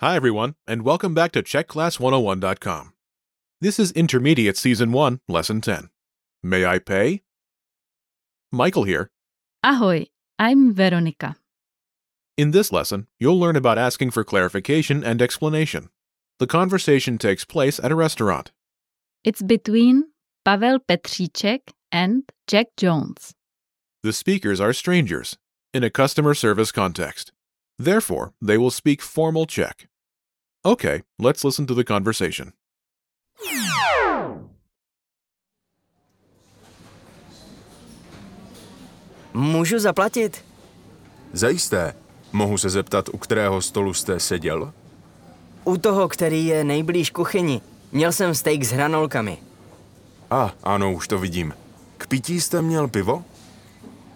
Hi, everyone, and welcome back to CheckClass101.com. This is Intermediate Season 1, Lesson 10. May I pay? Michael here. Ahoy, I'm Veronica. In this lesson, you'll learn about asking for clarification and explanation. The conversation takes place at a restaurant. It's between Pavel Petříček and Jack Jones. The speakers are strangers, in a customer service context. Therefore, they will speak formal Czech. Okay, let's listen to the conversation. Můžu zaplatit? Zajisté. Mohu se zeptat, u kterého stolu jste seděl? U toho, který je nejblíž kuchyni. Měl jsem steak s hranolkami. A, ano, už to vidím. K pití jste měl pivo?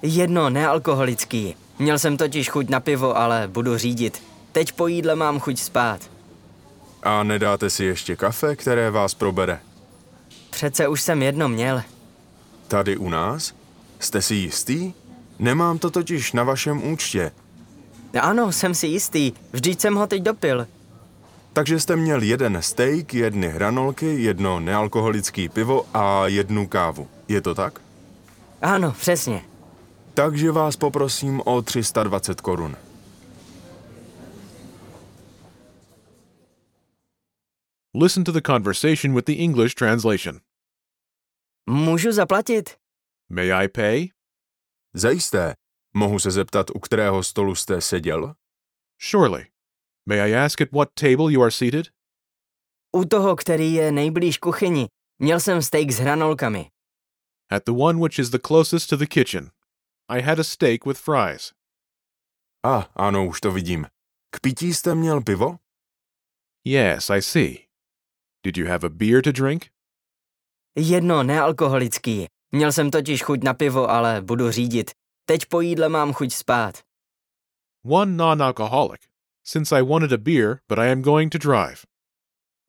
Jedno nealkoholický. Měl jsem totiž chuť na pivo, ale budu řídit. Teď po jídle mám chuť spát. A nedáte si ještě kafe, které vás probere? Přece už jsem jedno měl. Tady u nás? Jste si jistý? Nemám to totiž na vašem účtě. Ano, jsem si jistý. Vždyť jsem ho teď dopil. Takže jste měl jeden steak, jedny hranolky, jedno nealkoholické pivo a jednu kávu. Je to tak? Ano, přesně. Takže vás poprosím o 320 korun. Listen to the conversation with the English translation. Můžu zaplatit? May I pay? Zajisté. Mohu se zeptat, u kterého stolu jste seděl? Surely. May I ask at what table you are seated? U toho, který je nejblíž kuchyni. Měl jsem steak s hranolkami. At the one which is the closest to the kitchen. I had a steak with fries. A, ano, už to vidím. K pití jste měl pivo? Yes, I see. Did you have a beer to drink? Jedno nealkoholický. Měl jsem totiž chuť na pivo, ale budu řídit. Teď po jídle mám chuť spát. One non alcoholic, since I wanted a beer, but I am going to drive.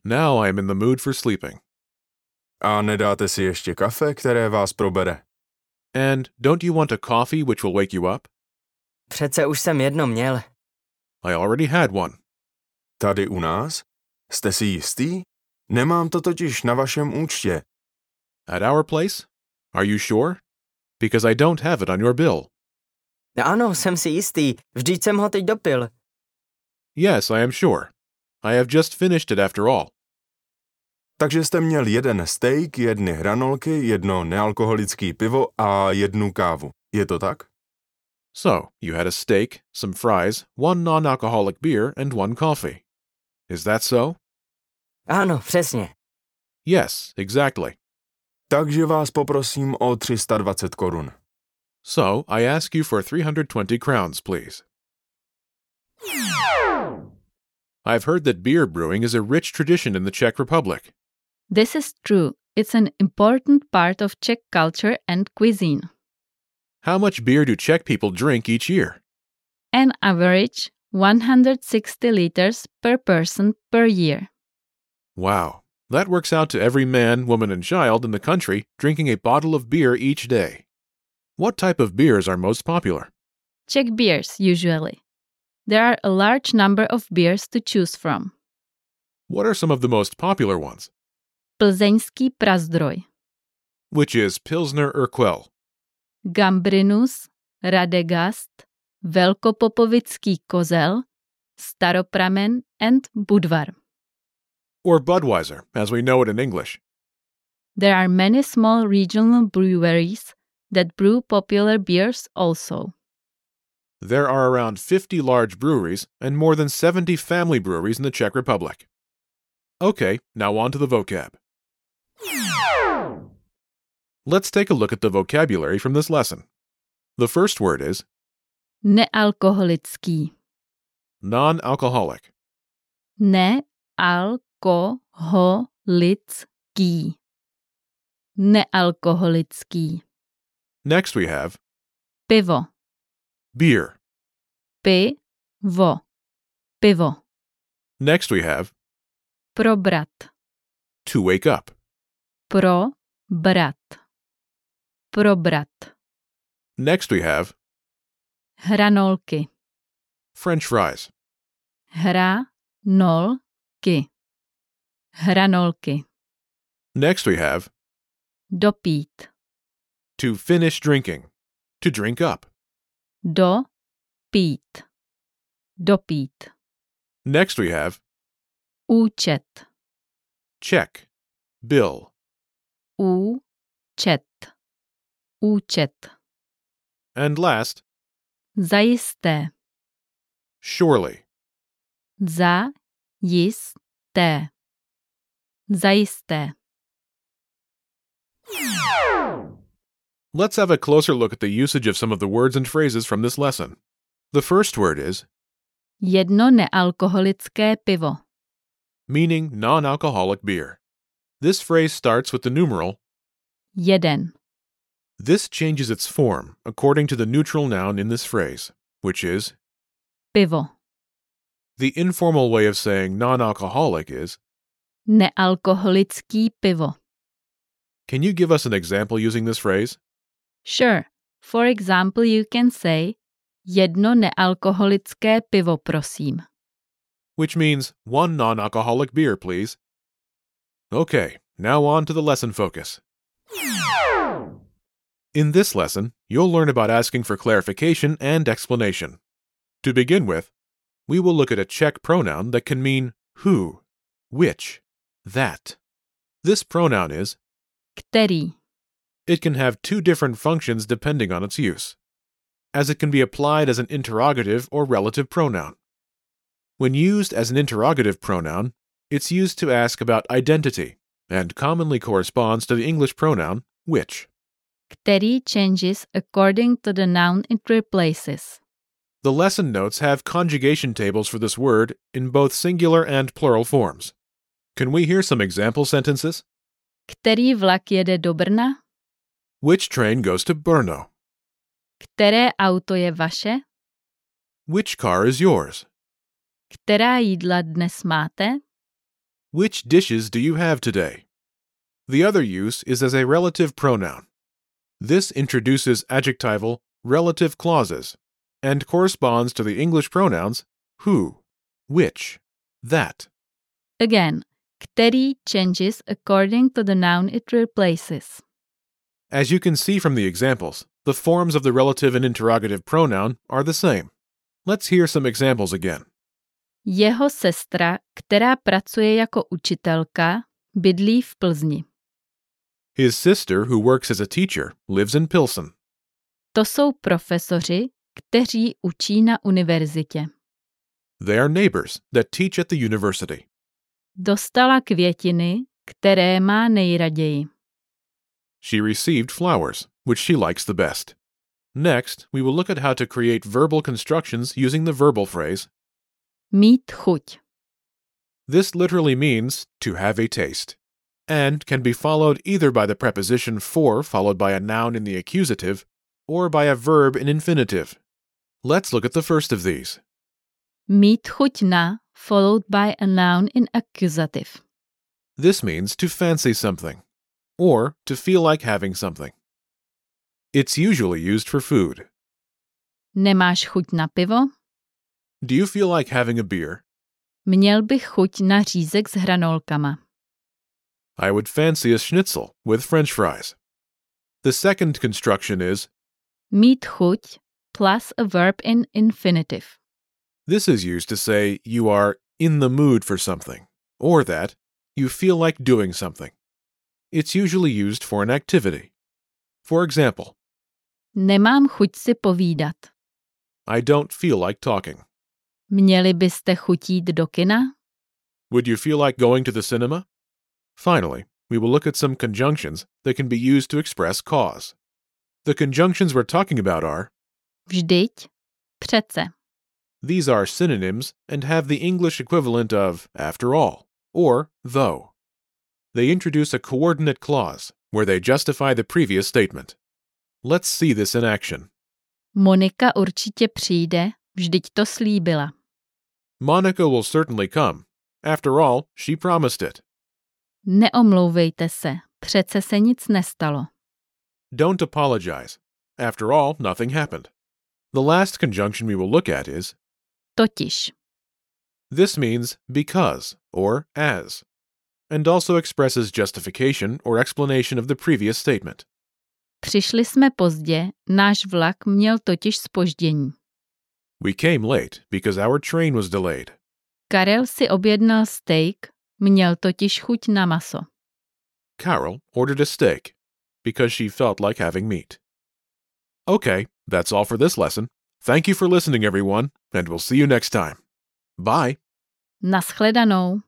Now I am in the mood for sleeping. A nedáte si ještě kafe, které vás probere? And don't you want a coffee which will wake you up? Přece už jsem jedno měl. I already had one. Tady u nás? Jste si jistý? Nemám to totiž na vašem účtě. At our place? Are you sure? Because I don't have it on your bill. Ano, jsem si jistý. Vždyť jsem ho teď dopil. Yes, I am sure. I have just finished it after all. Takže jste měl jeden steak, jedny hranolky, jedno nealkoholické pivo a jednu kávu. Je to tak? So, you had a steak, some fries, one non alcoholic beer, and one coffee. Is that so? Ano, přesně. Yes, exactly. Takže vás poprosím o 320 korun. So, I ask you for 320 crowns, please. I've heard that beer brewing is a rich tradition in the Czech Republic. This is true. It's an important part of Czech culture and cuisine. How much beer do Czech people drink each year? An average 160 liters per person per year. Wow. That works out to every man, woman, and child in the country drinking a bottle of beer each day. What type of beers are most popular? Czech beers usually. There are a large number of beers to choose from. What are some of the most popular ones? Plzeňský Prazdroj, Which is Pilsner Urquell, Gambrinus, Radegast, Velkopopovický kozel, Staropramen and Budvar. or Budweiser, as we know it in English. There are many small regional breweries that brew popular beers also. There are around 50 large breweries and more than 70 family breweries in the Czech Republic. Okay, now on to the vocab. Let's take a look at the vocabulary from this lesson. The first word is Nealkoholický. non alcoholic. Nealkoholický. Nealkoholický. Next we have Pivo. beer. Pivo. Pivo. Next we have Probrat. to wake up. Probrat. Probrat. Next we have Hranolky. french fries. Hra nolky. Hranolky. Next, we have Dopít. to finish drinking, to drink up. Do. Pít. Dopít. Next, we have Účet. check, bill. Účet. Účet. And last, Zajisté. surely. Za. Jisté. Zajisté. Let's have a closer look at the usage of some of the words and phrases from this lesson. The first word is Jedno nealkoholické pivo. meaning non alcoholic beer. This phrase starts with the numeral Jeden. This changes its form according to the neutral noun in this phrase, which is Pivo. the informal way of saying non alcoholic is Nealkoholický pivo. Can you give us an example using this phrase? Sure. For example, you can say jedno nealkoholické pivo, prosím. Which means one non alcoholic beer, please. Okay, now on to the lesson focus. In this lesson, you'll learn about asking for clarification and explanation. To begin with, we will look at a Czech pronoun that can mean who, which, that. This pronoun is Který? It can have two different functions depending on its use, as it can be applied as an interrogative or relative pronoun. When used as an interrogative pronoun, it's used to ask about identity and commonly corresponds to the English pronoun which. Který changes according to the noun it replaces. The lesson notes have conjugation tables for this word in both singular and plural forms. Can we hear some example sentences? Který vlak jede do Brna? Which train goes to Brno? Které auto je vaše? Which car is yours? Která jídla dnes máte? Which dishes do you have today? The other use is as a relative pronoun. This introduces adjectival relative clauses and corresponds to the English pronouns who, which, that. Again, který changes according to the noun it replaces. As you can see from the examples, the forms of the relative and interrogative pronoun are the same. Let's hear some examples again. Jeho sestra, která pracuje jako učitelka, bydlí v Plzni. His sister, who works as a teacher, lives in Pilsen. To jsou profesoři, kteří učí na univerzitě. They are neighbors that teach at the university. Dostala květiny, které má nejraději. She received flowers, which she likes the best. Next, we will look at how to create verbal constructions using the verbal phrase. Mít chuť. This literally means to have a taste, and can be followed either by the preposition for followed by a noun in the accusative or by a verb in infinitive. Let's look at the first of these. Mít chuť na followed by a noun in accusative. This means to fancy something, or to feel like having something. It's usually used for food. Nemáš chuť na pivo? Do you feel like having a beer? Měl bych chuť na řízek s hranolkama. I would fancy a schnitzel with french fries. The second construction is Mít chuť plus a verb in infinitive. this is used to say you are in the mood for something, or that you feel like doing something. It's usually used for an activity. For example, Nemám chuť si povídat. I don't feel like talking. Měli byste chuť jít do kina? Would you feel like going to the cinema? Finally, we will look at some conjunctions that can be used to express cause. The conjunctions we're talking about are Vždyť? Přece. These are synonyms and have the English equivalent of after all or though. They introduce a coordinate clause where they justify the previous statement. Let's see this in action. Monika určitě přijde, vždyť to slíbila. Monica will certainly come. After all, she promised it. Neomlouvejte se, přece se nic nestalo. Don't apologize. After all, nothing happened. The last conjunction we will look at is Totiž. This means because or as, and also expresses justification or explanation of the previous statement. Přišli jsme pozdě, náš vlak měl totiž spoždění. We came late because our train was delayed. Karel si objednal steak, měl totiž chuť na maso. Carol ordered a steak because she felt like having meat. Okay, that's all for this lesson. Thank you for listening, everyone, and we'll see you next time. Bye. Naschledanou.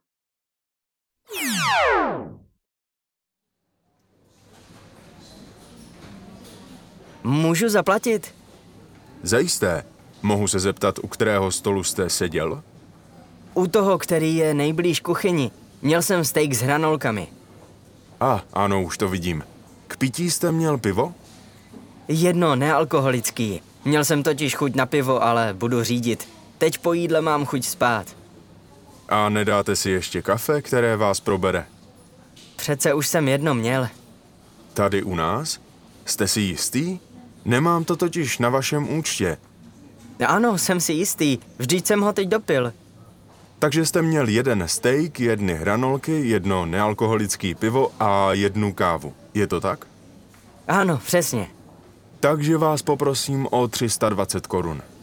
Můžu zaplatit? Zajisté. Mohu se zeptat, u kterého stolu jste seděl? U toho, který je nejblíž kuchyni. Měl jsem steak s hranolkami. A, ano, už to vidím. K pití jste měl pivo? Jedno nealkoholický. Měl jsem totiž chuť na pivo, ale budu řídit. Teď po jídle mám chuť spát. A nedáte si ještě kafe, které vás probere? Přece už jsem jedno měl. Tady u nás? Jste si jistý? Nemám to totiž na vašem účtě. Ano, jsem si jistý. Vždyť jsem ho teď dopil. Takže jste měl jeden steak, jedny hranolky, jedno nealkoholické pivo a jednu kávu. Je to tak? Ano, přesně. Takže vás poprosím o 320 korun.